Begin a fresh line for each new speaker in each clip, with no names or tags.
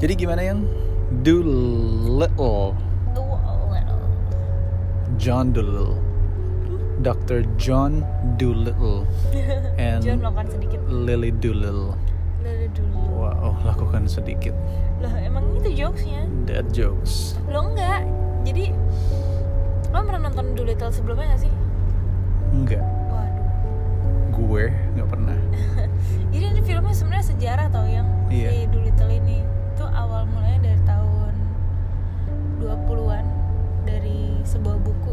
Jadi gimana yang Doolittle,
Do a little.
John Doolittle, Dr. John Doolittle, and
John melakukan sedikit
Lily Doolittle.
lele dulu.
Wow, lakukan sedikit
Loh, emang itu jokesnya?
dad jokes.
Lo enggak. Jadi lo pernah nonton Doolittle sebelumnya gak sih?
Enggak,
Waduh.
gue nggak pernah.
Jadi ini filmnya sebenarnya sejarah tau yang
Iya.
si Doolittle ini. Itu awal mulanya dari tahun 20-an dari sebuah buku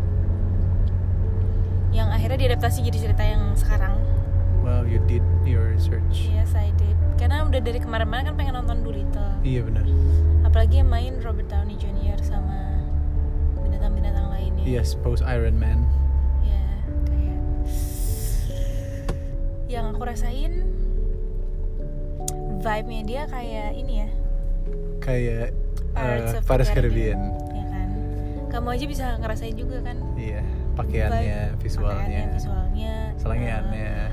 yang akhirnya diadaptasi jadi cerita yang sekarang.
Wow, you did your research.
Yes, I did. Karena udah dari kemarin-kemarin kan pengen nonton Doolittle.
Iya benar.
Apalagi yang main Robert Downey Jr. sama binatang-binatang lainnya.
Yes, post Iya, Iron Man.
Ya, kayak yang aku rasain vibe-nya dia kayak ini ya,
Kayak
Pirates
eh,
of the
Pirates
Caribbean.
Caribbean.
ya kan? Kamu aja bisa ngerasain juga kan?
Iya, pakaiannya,
Vibe-
visualnya,
pakaiannya, visualnya,
selangiannya.
eh,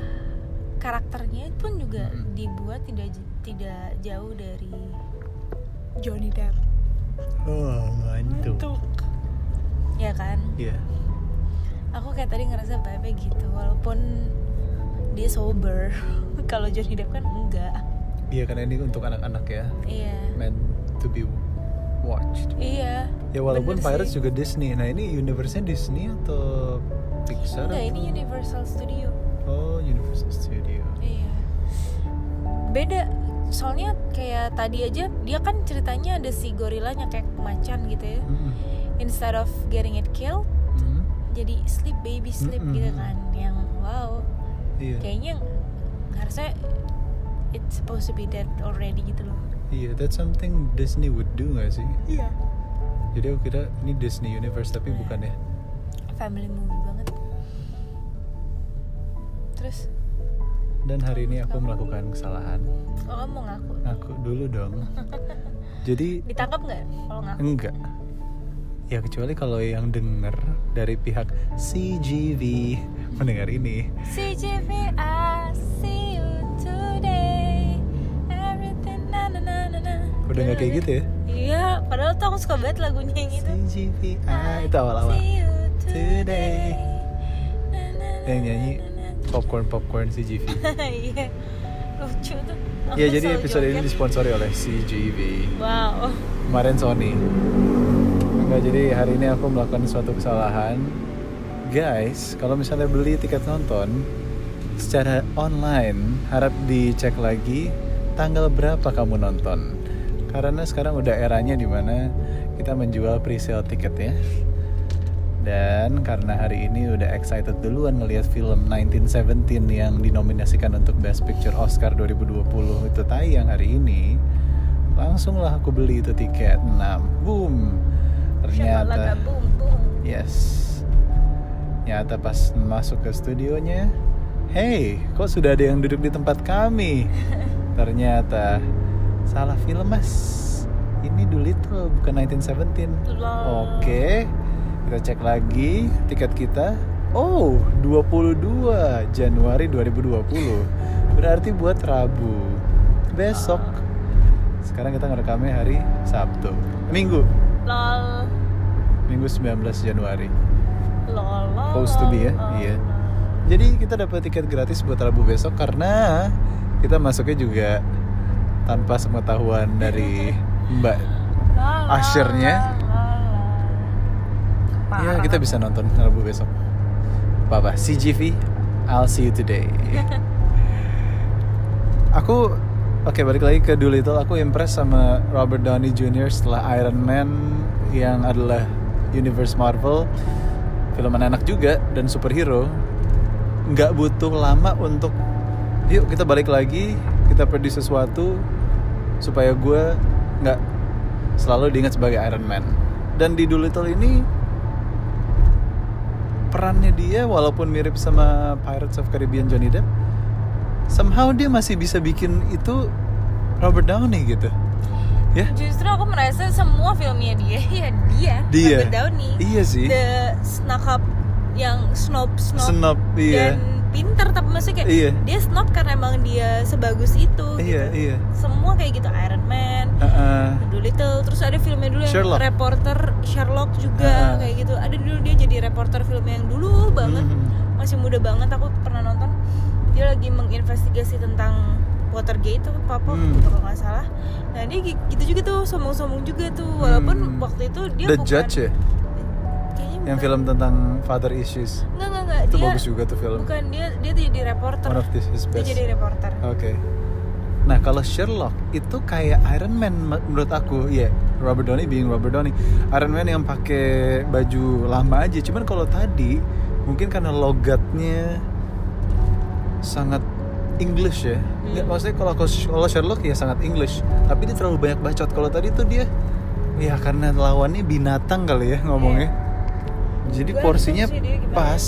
karakternya pun juga
Mm-mm.
dibuat tidak j- tidak jauh dari Johnny Depp.
Oh, mantu.
Tuh. Ya kan?
Iya.
aku kayak tadi ngerasa vibe gitu walaupun dia sober kalau Johnny Depp kan enggak
Iya, karena ini untuk anak-anak ya.
iya
Meant to be watched.
iya
Ya walaupun
bener
Pirates
sih.
juga Disney. Nah, ini universe-nya Disney atau Pixar?
enggak ini
atau-
Universal Studio
Oh, Universal Studio.
iya beda soalnya kayak tadi aja dia kan ceritanya ada si gorilanya kayak macan gitu ya
Mm-mm.
instead of getting it killed
Mm-mm.
jadi sleep baby sleep
Mm-mm.
gitu kan yang wow
Iya.
kayaknya harusnya it's supposed to be dead already gitu loh
Iya, that's something Disney would do gak sih?
iya
Jadi aku kira ini Disney Universe tapi bukan ya.
family movie banget terus
Dan hari ini aku melakukan kesalahan.
oh, kamu mau ngaku
Aku dulu dong. Jadi
ditangkap nggak kalau ngaku
Enggak. Ya kecuali kalau yang denger dari pihak CGV mendengar ini.
CJV I see you today everything na na na na na
Udah nggak kayak gitu ya?
iya padahal tuh aku suka banget lagunya yang itu
CGV ah, itu awal-awal.
see you
Today.
today Na, na, na,
Yang nyanyi
na, na, na.
popcorn popcorn CGV.
iya lucu tuh
Ya
Aku
jadi
selalu
episode ini
joget.
disponsori oleh CGV.
wow
Kemarin Sony. Enggak jadi hari ini aku melakukan suatu kesalahan. Guys, kalau misalnya beli tiket nonton secara online, harap dicek lagi tanggal berapa kamu nonton. Karena sekarang udah eranya di mana kita menjual pre-sale tiket ya. Dan karena hari ini udah excited duluan ngelihat film 1917 yang dinominasikan untuk Best Picture Oscar 2020 itu tayang hari ini, langsunglah aku beli itu tiket 6. Boom.
Shabalaka,
Ternyata
boom boom
yes. Nyata pas masuk ke studionya, "Hey, kok sudah ada yang duduk di tempat kami?" Ternyata salah film, Mas. Ini Doolittle bukan 1917.
Lol.
Oke, kita cek lagi tiket kita. Oh, 22 Januari 2020. Berarti buat Rabu. Besok. Sekarang kita ngerekamnya hari Sabtu. Minggu.
lol
Minggu 19 Januari.
lol lol,
Supposed to be ya,
lol,
iya.
lol.
Jadi kita dapat tiket gratis buat Rabu besok karena kita masuknya juga tanpa sepengetahuan dari Mbak. Ushernya. Ya, kita bisa nonton Rabu besok. Apa-apa, CGV, I'll see you today. aku, oke balik lagi ke Doolittle, aku impress sama Robert Downey Jr. setelah Iron Man yang adalah universe Marvel. Film anak juga dan superhero. Nggak butuh lama untuk, yuk kita balik lagi, kita produce sesuatu supaya gue nggak selalu diingat sebagai Iron Man. Dan di Doolittle ini perannya dia walaupun mirip sama Pirates of Caribbean Johnny Depp somehow dia masih bisa bikin itu Robert Downey gitu ya
Justru aku merasa semua filmnya dia ya dia,
dia
Robert Downey.
iya sih
The snakap yang snob snob
senap iya
dan pinter tapi maksudnya kayak
Iya.
dia snob karena emang dia sebagus itu
iya
gitu.
iya Uh-uh.
semua kayak gitu Iron Man
Heeh.
Doolittle terus ada filmnya dulu yang
Sherlock.
reporter Sherlock juga
Ah.
kayak gitu ada dulu dia jadi reporter film yang dulu banget
Hmm.
masih muda banget aku pernah nonton dia lagi menginvestigasi tentang Watergate tuh papa
Hmm.
kalau nggak salah nah dia gi- gitu juga tuh sombong-sombong juga tuh
Hmm.
walaupun waktu itu dia
The
bukan-
Judge ya
kayaknya
yang
bukan-
film tentang father issues
nggak nggak nggak
itu
dia
bagus juga tuh film
bukan dia dia jadi reporter
one of this is
dia
best
jadi
oke
reporter
nah kalau Sherlock itu kayak Iron Man me- menurut aku ya Robert Downey being Robert Downey Iron Man yang pakai baju lama aja cuman kalau tadi mungkin karena logatnya sangat English ya Nggak,
Hmm.
maksudnya kalau aku- kalau Sherlock ya sangat English tapi dia terlalu banyak bacot kalau tadi tuh dia ya karena lawannya binatang kali ya ngomongnya jadi
Iya. Gua
porsinya
nonton sih dia gimana.
pas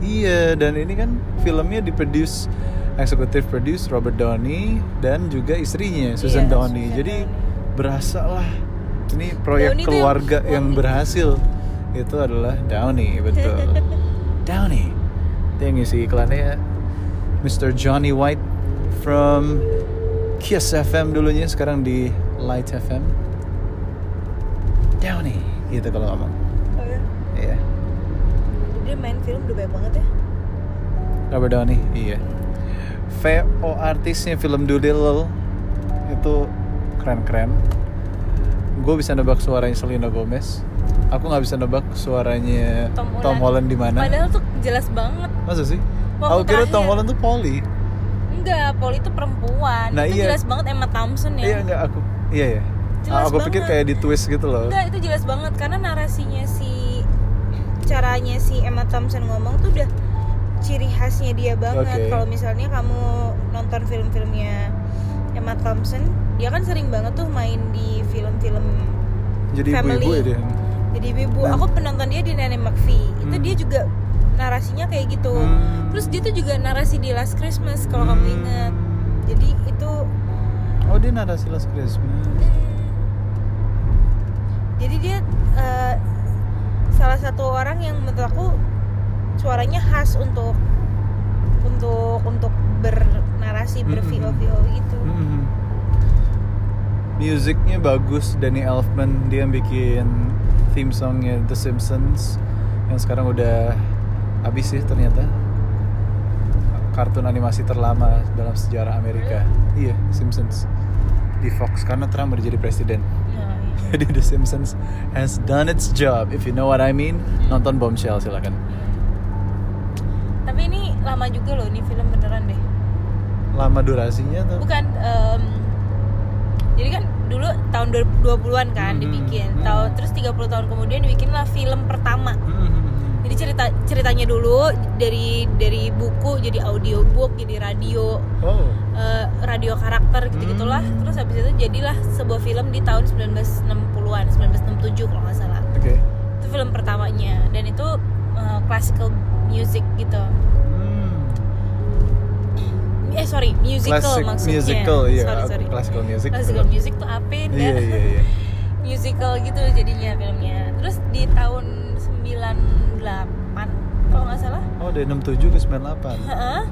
iya dan ini kan filmnya diproduce eksekutif produce Robert Downey dan juga istrinya Susan
Iya,
Downey
Susan
jadi
Downey.
berasa lah ini proyek
Downey tuh yang-
keluarga yang berhasil itu adalah Downey betul Downey dia yang ngisi iklannya Mr. Johnny White from Kiss FM dulunya sekarang di Light FM Downey gitu kalau ngomong
Oh, ya.
iya
dia main film udah banyak banget ya
Robert Downey iya VO artisnya film Doolittle itu keren-keren gue bisa nebak suaranya Selena Gomez aku nggak bisa nebak suaranya Tom, Holland di mana
padahal tuh jelas banget
masa sih
Waktu
aku kira Tom
terakhir.
Holland tuh Polly
enggak Polly itu perempuan
Nah,
itu
iya.
jelas banget Emma Thompson ya
iya nggak aku iya ya
Jelas
aku pikir
banget.
kayak di twist gitu loh
Enggak, itu jelas banget karena narasinya si caranya si Emma Thompson ngomong tuh udah ciri khasnya dia banget.
Oke.
Kalau misalnya kamu nonton film-filmnya Emma Thompson, dia kan sering banget tuh main di film-film
jadi ibu-ibu
family.
ya dia
jadi ibu.
Nah.
Aku penonton dia di Nanny McPhee. Itu
Hmm.
dia juga narasinya kayak gitu.
Hmm.
Terus dia tuh juga narasi di Last Christmas kalau kamu
Hmm.
inget. Jadi itu
oh dia narasi Last Christmas
jadi dia eh, salah satu orang yang menurut aku suaranya khas untuk untuk untuk bernarasi ber
Mm-mm.
VO gitu
Mhm. Musiknya bagus, Danny Elfman dia yang bikin theme songnya The Simpsons yang sekarang udah habis sih ternyata kartun animasi terlama dalam sejarah Amerika. Iya, Simpsons di Fox karena Trump udah jadi presiden.
Iya,
Jadi The Simpsons has done its job, if you know what I mean. Nonton Bombshell silakan.
tapi ini lama juga loh ini film beneran deh
Lama durasinya tuh.
bukan em, jadi kan dulu tahun 20-an kan
Mhm.
dibikin
Mhm.
tahun terus 30 tahun kemudian dibikinlah film pertama
Mm-hmm.
jadi cerita ceritanya dulu dari dari buku jadi audiobook jadi radio
Oh.
eh, radio karakter gitu gitulah
Hmm.
terus habis itu jadilah sebuah film di tahun 1960-an 1967 kalau nggak salah
Oke.
itu film pertamanya dan itu eh, classical music gitu
Hmm.
eh sorry musical
Classic
maksudnya
musical, iya.
sorry sorry
Classical music.
classical
betul.
music ya. tuh apa Nda?
Iya, iya, iya.
musical gitu jadinya filmnya terus di tahun 98 kalau nggak salah
Oh, dari 67 ke 98.
Heeh.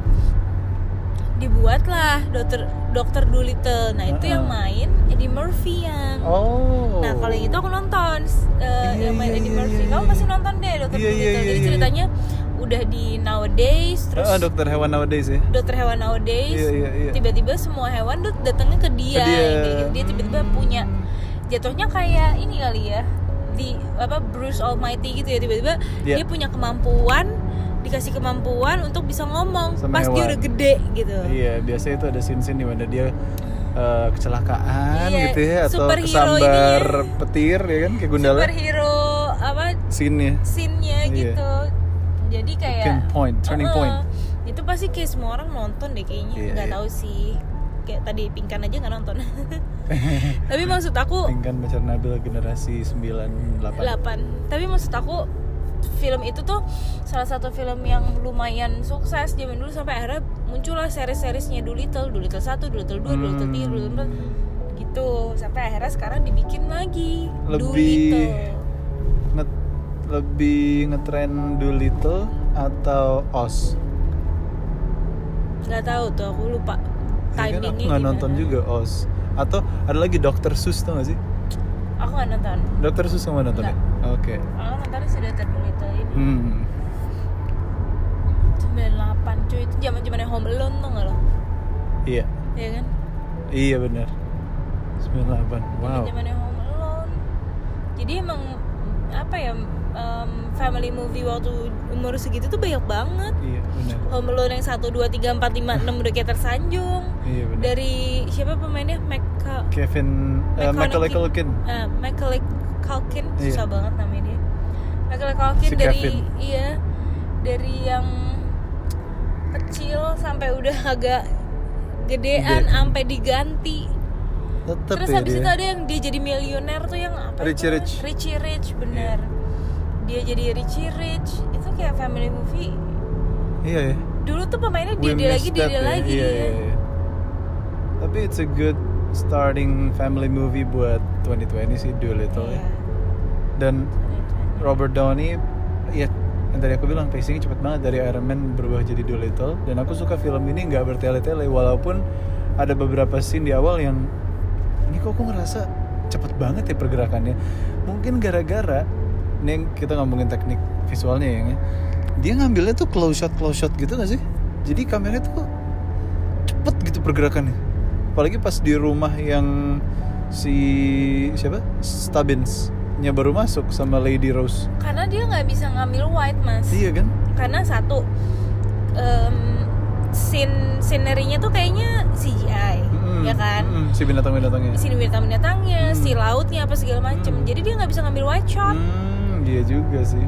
dibuatlah dokter dokter Doolittle nah itu
Heeh.
yang main Eddie Murphy yang
Oh.
Nah kalau itu aku nonton eh,
Iya,
yang main
iya,
Eddie
iya,
Murphy.
iya,
Kamu
iya.
pasti nonton deh Dokter
Iya, iya,
Dolittle.
iya,
Jadi
iya.
ceritanya udah di nowadays terus
Ah, dokter hewan nowadays ya.
dokter hewan nowadays
Iya, iya, iya.
tiba-tiba semua hewan tuh datangnya ke dia.
Ke dia.
kayak gitu. Dia tiba-tiba
Hmm.
punya jatuhnya kayak ini kali ya di apa Bruce Almighty gitu ya tiba-tiba
Iya.
dia punya kemampuan dikasih kemampuan untuk bisa ngomong
Sama
pas dia
hewan.
udah gede gitu.
Iya, biasanya itu ada scene-scene di mana dia eh, kecelakaan
Iya,
gitu ya atau
superhero
kesambar
ini
petir ya kan kayak Gundala
Superhero apa
scene-nya.
scene-nya
Iya.
gitu jadi kayak
Pinpoint, turning
Uh-uh.
point.
itu pasti kayak semua orang nonton deh kayaknya
Iya,
nggak
iya.
tahu sih kayak tadi pingkan aja nggak nonton tapi maksud aku
Tingkan pacar Nabil generasi 98.
8 tapi maksud aku film itu tuh salah satu film yang lumayan sukses zaman dulu sampai akhirnya muncullah seri-serisnya Doolittle, Doolittle 1, Doolittle 2, Doolittle
Hmm.
3, Doolittle 4 gitu sampai akhirnya sekarang dibikin lagi
Lebih-
Doolittle
Nge- lebih ngetren Doolittle atau Oz?
nggak tahu tuh aku lupa
Ya kan, aku
timingnya
nggak
gimana.
nonton juga Oz atau ada lagi Dr. Seuss tau gak sih
aku nggak nonton
Dr. Seuss kamu nonton ya? oke
aku nonton sudah terlita ini
hmm.
98 cuy itu zaman zamannya Home Alone tuh nggak lo
iya
ya kan
iya benar 98 wow
zamannya Home Alone jadi emang apa ya em, family movie waktu umur segitu tuh banyak banget
iya benar
Home Alone yang 1, 2, 3, 4, 5, 6 udah kayak tersanjung
iya benar
dari siapa pemainnya Michael
Kevin eh, Michael
McConaughey.
Culkin
eh, Michael Culkin
Iya.
susah banget namanya dia Michael Culkin
Si
dari
Kevin.
iya dari yang kecil sampai udah agak gedean
Gede.
sampai diganti
tetep
terus
ya
habis
dia.
itu ada yang dia jadi miliuner tuh yang apa itu
Richie
namanya?
Rich. Iya.
Richie Rich bener dia jadi Richie Rich itu kayak family movie
iya ya
dulu tuh pemainnya
We
dia dia lagi
missed
dia
that
dia
ya.
lagi
Iya,
dia.
iya, iya. tapi it's a good starting family movie buat 2020 sih Doolittle ya
Iya.
dan Robert Downey ya yang tadi aku bilang pacingnya cepet banget dari Iron Man berubah jadi Doolittle dan aku suka film ini nggak bertele-tele walaupun ada beberapa scene di awal yang ini kok aku ngerasa cepet banget ya pergerakannya mungkin gara-gara ini yang kita ngomongin teknik visualnya ya Yang ya. dia ngambilnya tuh close shot close shot gitu gak sih jadi kameranya tuh cepet gitu pergerakannya apalagi pas di rumah yang si siapa Stubbins nya baru masuk sama Lady Rose
karena dia nggak bisa ngambil white mas
Iya kan?
karena satu em scene scenery-nya tuh kayaknya CGI
Mm-mm.
ya kan
Mm-mm. Si binatang-binatangnya.
si binatang-binatangnya
Hmm.
si lautnya apa segala macem
Hmm.
jadi dia nggak bisa ngambil white shot
Hmm, dia juga sih.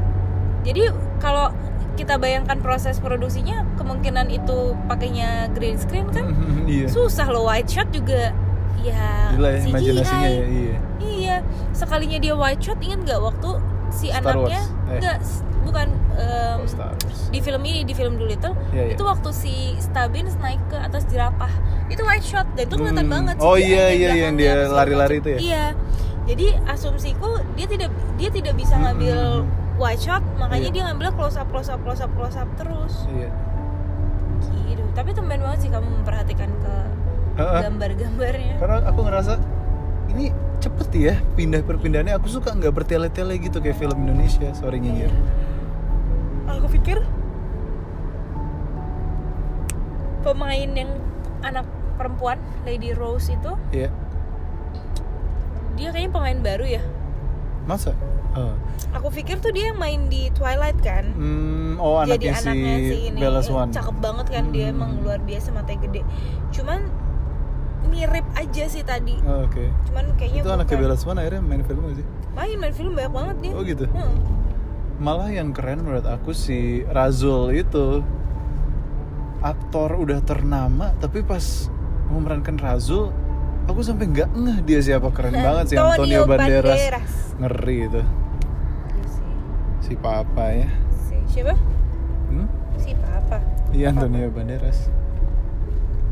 jadi kalau kita bayangkan proses produksinya kemungkinan itu pakainya green screen kan
iya.
susah loh white shot juga ya
Gila ya
CGI.
imajinasinya ya, iya.
iya sekalinya dia white shot ingat nggak waktu si
Star
anaknya
Wars. Eh.
nggak s- bukan em,
Oh, Star Wars.
di film ini di film Doolittle
Iya, iya.
itu waktu si Stubbins naik ke atas jerapah itu wide shot dan itu kelihatan
Hmm.
banget
Oh,
CGI-nya,
iya, iya,
belakangnya,
yang dia
apa segala
lari-lari
macam.
itu ya?
iya jadi asumsiku dia tidak dia tidak bisa
Hmm,
ngambil
hmm,
wide shot makanya
Iya.
dia ngambil close up close up close up close up terus
Iya.
gitu tapi tumben banget sih kamu memperhatikan ke
Ha-ha.
gambar-gambarnya
Karena aku ngerasa ini cepet ya pindah perpindahannya aku suka nggak bertele-tele gitu kayak film Indonesia sorry nyinyir
aku pikir pemain yang anak perempuan Lady Rose itu
iya
dia kayaknya pemain baru ya
masa
Iya.
oh,
aku pikir tuh dia yang main di Twilight kan
Hmm, oh
jadi
anaknya,
anaknya si
si
ini
Bella
Eh,
Swan
cakep banget kan dia
Hmm.
emang luar biasa matanya gede cuman mirip aja sih tadi
Oh, oke
cuman kayaknya
itu anaknya Bella Swan akhirnya main film gak sih
main main film banyak banget dia
oh gitu
Hmm.
malah yang keren menurut aku si Razul itu aktor udah ternama tapi pas memerankan Razul aku sampai nggak ngeh dia siapa
Nah,
keren banget sih Antonio Banderas. ngeri itu
Iya sih.
si papa ya
Si- siapa
hmm?
si papa
iya Antonio Banderas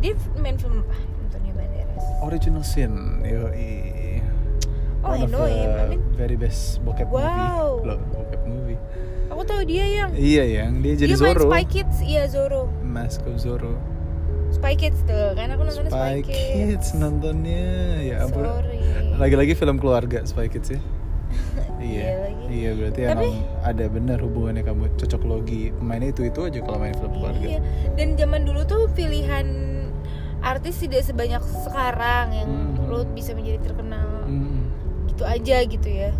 dia main film apa Antonio Banderas
original sin yoi
Oh, I
One of
know him. I
the
mean-
very best bokep
Wow.
movie. Loh, bokep movie.
aku tahu dia yang
Iya, yang dia jadi
dia main
Zorro.
Spy Kids iya Zorro
Masko Zorro.
Spy Kids tuh kan aku nontonnya
Spy Kids nontonnya. Ya ampun.
sorry
Lagi-lagi film keluarga Spy Kids ya.
Iya lagi.
Iya berarti
Tapi-
emang ada benar hubungannya kamu cocok logi pemainnya itu itu aja kalau main film keluarga.
Iya. Dan zaman dulu tuh pilihan artis tidak sebanyak sekarang yang
Mhm.
lo bisa menjadi terkenal
Hmm.
gitu aja gitu ya.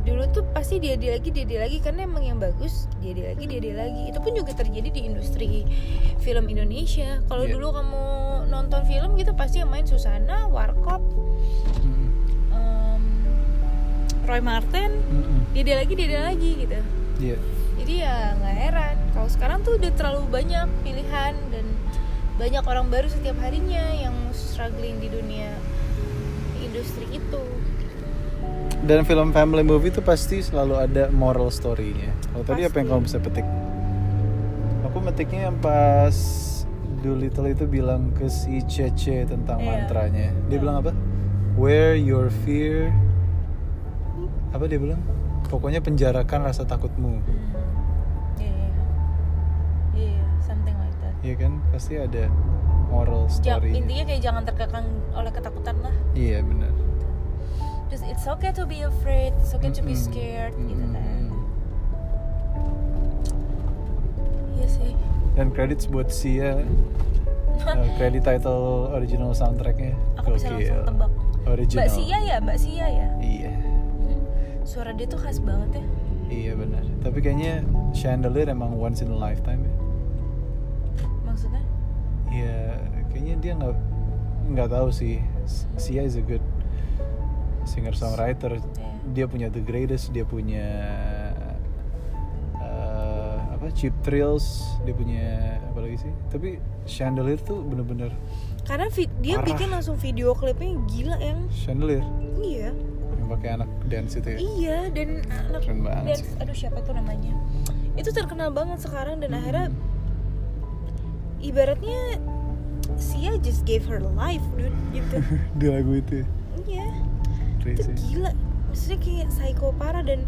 Dulu tuh pasti dia dia lagi dia dia lagi karena emang yang bagus dia dia lagi dia dia lagi. Itu pun juga terjadi di industri film Indonesia. Kalau
Iya.
dulu kamu nonton film gitu pasti yang main Susana, Warkop,
Hmm.
em, Roy Martin,
Hmm.
dia dia lagi dia dia lagi gitu.
Iya.
jadi ya nggak heran kalau sekarang tuh udah terlalu banyak pilihan dan banyak orang baru setiap harinya yang struggling di dunia industri itu
Dan film family movie itu pasti selalu ada moral story-nya. Kalau tadi apa yang
Pasti.
kamu bisa petik? Aku metiknya yang pas Doolittle itu bilang ke si Cece tentang
Iya.
mantranya. Dia
Hmm.
bilang apa? Where your fear apa dia bilang? Pokoknya penjarakan rasa takutmu.
Hmm. Iya, iya, iya, something like that
Iya kan? Pasti ada moral
Ja-
story.
Ya, intinya kayak jangan terkekang oleh ketakutan lah
Iya benar.
just it's okay to be afraid it's okay to be
Mm-mm.
scared gitu
Mm-mm.
kan iya sih
Dan credits buat Sia. Kredit title original soundtracknya.
aku bisa langsung
Gokil.
tebak
Original.
Mbak Sia ya Mbak Sia ya
Iya.
suara dia tuh khas banget ya
Iya benar. Tapi kayaknya Chandelier emang once in a lifetime ya.
maksudnya
Iya, kayaknya dia nggak nggak tahu sih. S- Sia is a good singer songwriter.
Iya.
Dia punya The Greatest, dia punya eh, apa Cheap Thrills, dia punya apa lagi sih? Tapi Chandelier tuh bener-bener
karena vi- dia
Parah.
bikin langsung video klipnya gila yang
Chandelier
iya
yang pakai anak dance itu ya.
iya dan anak
Keren banget
dan
sih.
aduh siapa tuh namanya itu terkenal banget sekarang dan akhirnya ibaratnya Sia just gave her life dude gitu
di lagu itu ya.
iya itu
Crazy.
gila maksudnya kayak psycho parah dan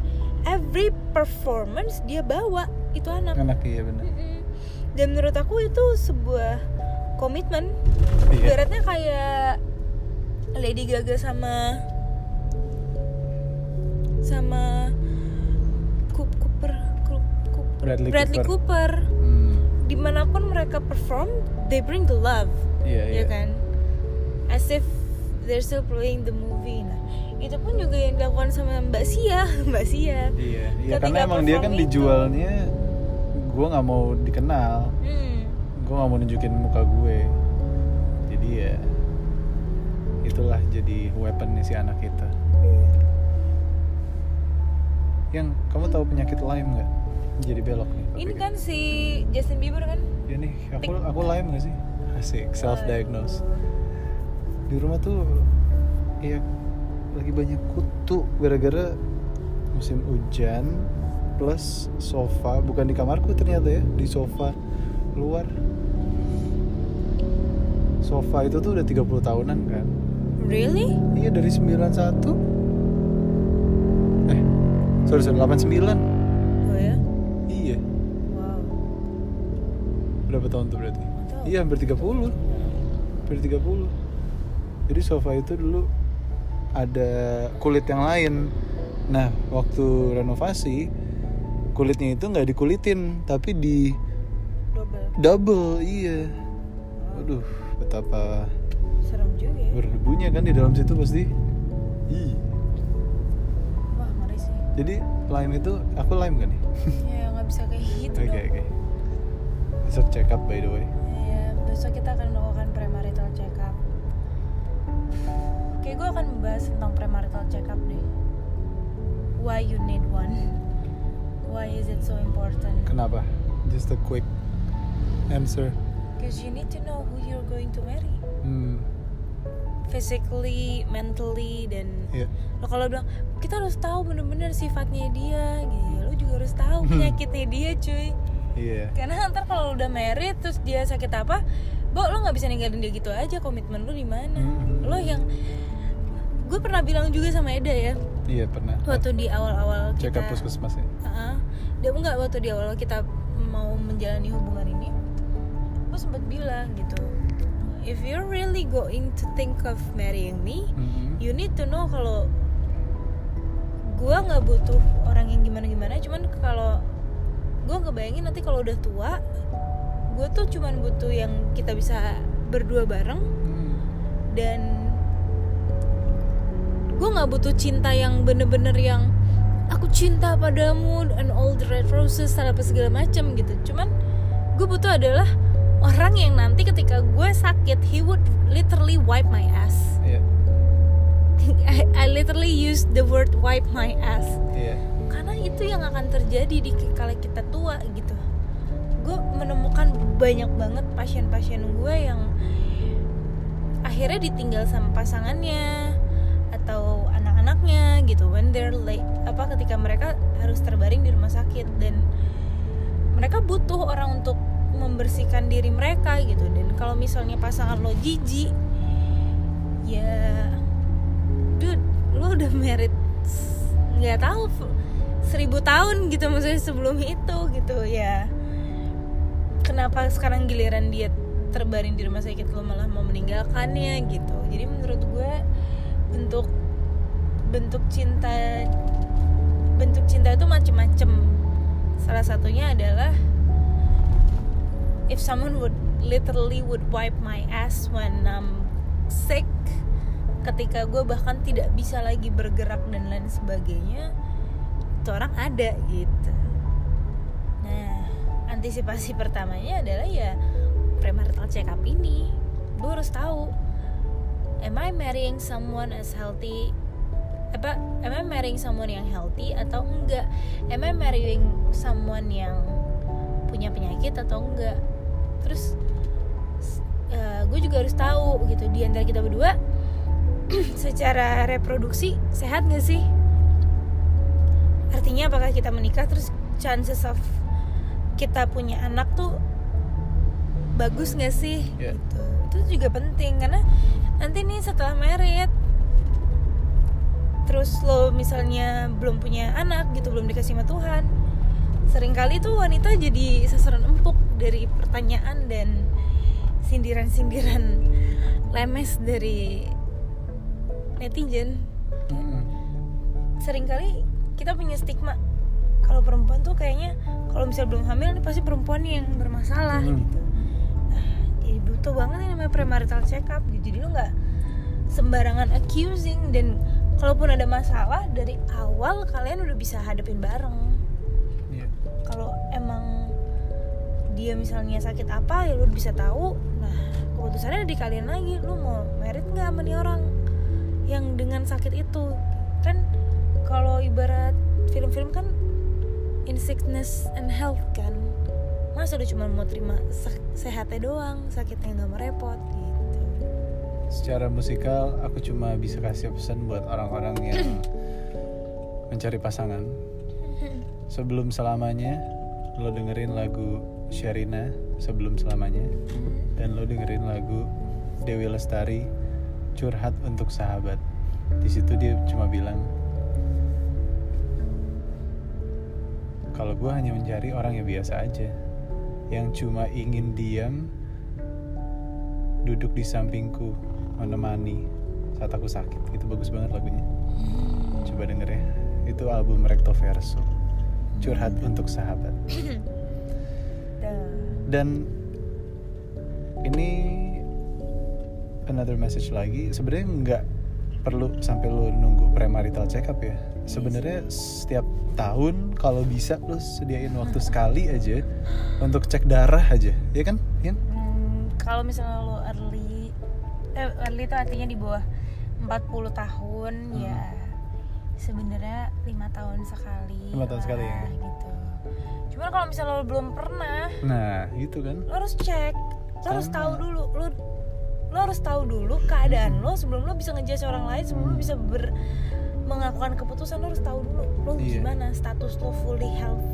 every performance dia bawa itu anak
Anak iya bener.
Mm-mm. dan menurut aku itu sebuah komitmen
Iya.
ibaratnya kayak Lady Gaga sama sama Coop- Cooper Coop- Coop-
Bradley,
Bradley
Cooper.
Cooper
Hmm,
dimanapun mereka perform they bring the love
Iya,
ya
iya.
kan as if they're still playing the movie nah itu pun juga yang dilakukan sama Mbak Sia Mbak Sia
Iya, iya
Ketika
karena emang dia kan
perform itu.
dijualnya gue nggak mau dikenal,
hmm.
gue nggak mau nunjukin muka gue, jadi ya itulah jadi weaponnya si anak itu.
Iya.
Yang kamu tahu penyakit Lyme nggak? Jadi belok nih. topik.
ini kan si Justin Bieber kan
Iya nih, aku aku Lyme nggak sih? Asik, self diagnose. Di rumah tuh ya lagi banyak kutu gara-gara musim hujan plus sofa bukan di kamarku ternyata ya di sofa luar sofa itu tuh udah 30 tahunan kan
really
iya dari 91 eh sorry sorry 89
oh ya
iya
wow
berapa tahun tuh berarti
Nggak tahu.
Iya hampir 30 Hampir 30 Jadi sofa itu dulu ada kulit yang lain Nah waktu renovasi kulitnya itu nggak dikulitin tapi di
double
double iya Waduh betapa
serem juga ya
berdebunya kan di dalam situ pasti Ih.
wah ngeri sih
Jadi lime itu aku lime kan nih
ya nggak bisa kayak gitu
Oke
dong
oke Besok check up by the way
ya besok kita akan melakukan premarital check up kayak gue akan membahas tentang premarital check up deh why you need one why is it so important
Kenapa? Just a quick answer
because you need to know who you're going to marry
Hmm
physically mentally dan
iya
lo kalau bilang kita harus tahu bener-bener sifatnya dia gitu ya lo juga harus tahu penyakitnya dia cuy
Iya
karena ntar kalau udah married terus dia sakit apa bo lo nggak bisa ninggalin dia gitu aja komitmen lo di mana
Mm.
lo yang gue pernah bilang juga sama Eda ya
Iya pernah.
waktu di awal-awal
Check
kita
up puskesmas ya.
Heeh. dia nggak waktu di awal kita mau menjalani hubungan ini gue sempat bilang gitu if you're really going to think of marrying me
Mhm.
you need to know kalau gue nggak butuh orang yang gimana gimana cuman kalau gue ngebayangin nanti kalau udah tua gue tuh cuman butuh yang kita bisa berdua bareng
Hmm.
dan gue nggak butuh cinta yang bener-bener yang aku cinta padamu and all the red roses dan apa segala macam gitu cuman gue butuh adalah orang yang nanti ketika gue sakit he would literally wipe my ass
Iya.
I, I literally use the word wipe my ass
Iya.
karena itu yang akan terjadi di kala kita tua gitu gue menemukan banyak banget pasien-pasien gue yang akhirnya ditinggal sama pasangannya atau anak-anaknya gitu when they're late apa ketika mereka harus terbaring di rumah sakit dan mereka butuh orang untuk membersihkan diri mereka gitu dan kalau misalnya pasangan lo jijik ya dude lo udah married s- nggak tahu f- seribu tahun gitu maksudnya sebelum itu gitu ya kenapa sekarang giliran dia terbaring di rumah sakit lo malah mau meninggalkannya gitu jadi menurut gue bentuk bentuk cinta bentuk cinta itu macem-macem salah satunya adalah if someone would literally would wipe my ass when I'm sick ketika gue bahkan tidak bisa lagi bergerak dan lain sebagainya itu orang ada gitu nah antisipasi pertamanya adalah ya premarital check up ini gue harus tahu am I marrying someone as healthy apa am I marrying someone yang healthy atau enggak am I marrying someone yang punya penyakit atau enggak terus eh, gue juga harus tahu gitu di antara kita berdua secara reproduksi sehat gak sih artinya apakah kita menikah terus chances of kita punya anak tuh bagus gak sih
Iya.
gitu itu juga penting karena nanti nih setelah married terus lo misalnya belum punya anak gitu belum dikasih sama Tuhan seringkali tuh wanita jadi sasaran empuk dari pertanyaan dan sindiran-sindiran lemes dari netizen
Mm-mm.
seringkali kita punya stigma kalau perempuan tuh kayaknya kalau misalnya belum hamil ini pasti perempuan yang bermasalah
Hmm.
gitu nah, jadi butuh banget yang namanya premarital check up gitu. jadi lu nggak sembarangan accusing dan kalaupun ada masalah dari awal kalian udah bisa hadapin bareng
Iya.
kalau emang dia misalnya sakit apa ya lu bisa tahu nah keputusannya ada di kalian lagi lu mau merit nggak sama nih orang yang dengan sakit itu kan kalau ibarat film-film kan in sickness and health kan masa udah cuma mau terima se- sehatnya doang sakitnya nggak mau repot gitu
secara musikal aku cuma bisa kasih pesan buat orang-orang yang mencari pasangan sebelum selamanya lo dengerin lagu Sherina sebelum selamanya dan lo dengerin lagu Dewi Lestari curhat untuk sahabat di situ dia cuma bilang kalau gue hanya mencari orang yang biasa aja yang cuma ingin diam duduk di sampingku menemani saat aku sakit itu bagus banget lagunya coba denger ya itu album Recto Verso curhat untuk sahabat
Dah.
dan ini another message lagi sebenarnya nggak perlu sampai lo nunggu premarital check up ya sebenarnya setiap tahun kalau bisa lo sediain waktu sekali aja untuk cek darah aja ya kan Yan?
Hmm, kalau misalnya lo early eh, early itu artinya di bawah 40 tahun
Hmm.
ya sebenarnya lima tahun sekali
Lima tahun
lah,
sekali ya.
gitu cuman kalau misalnya lo belum pernah
nah gitu kan
lo harus cek lo harus
Sama.
tahu dulu lo lo harus tahu dulu keadaan lo sebelum lo bisa ngejudge orang lain sebelum lo bisa ber melakukan keputusan lo harus tahu dulu lo
Iya.
gimana status lo fully health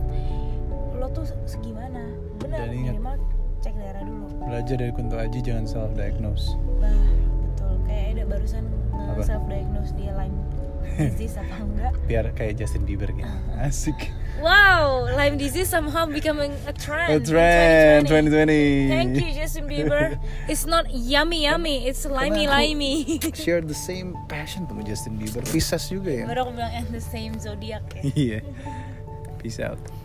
lo tuh segimana benar
Dan ingat.
minimal cek darah dulu
belajar dari Kunto Aji jangan self diagnose
Bah, betul. Kayak ada barusan
Apa?
self diagnose dia Lyme disease apa enggak?
biar kayak Justin Bieber gitu asik
Wow, Lyme disease somehow becoming a trend.
A
in
trend
2020.
2020
Thank you Justin Bieber. It's not yummy yummy, it's limey
Kenapa?
limey.
share the same passion sama Justin Bieber Pisces juga ya
Baru aku bilang and the same zodiac ya.
Iya. Peace out.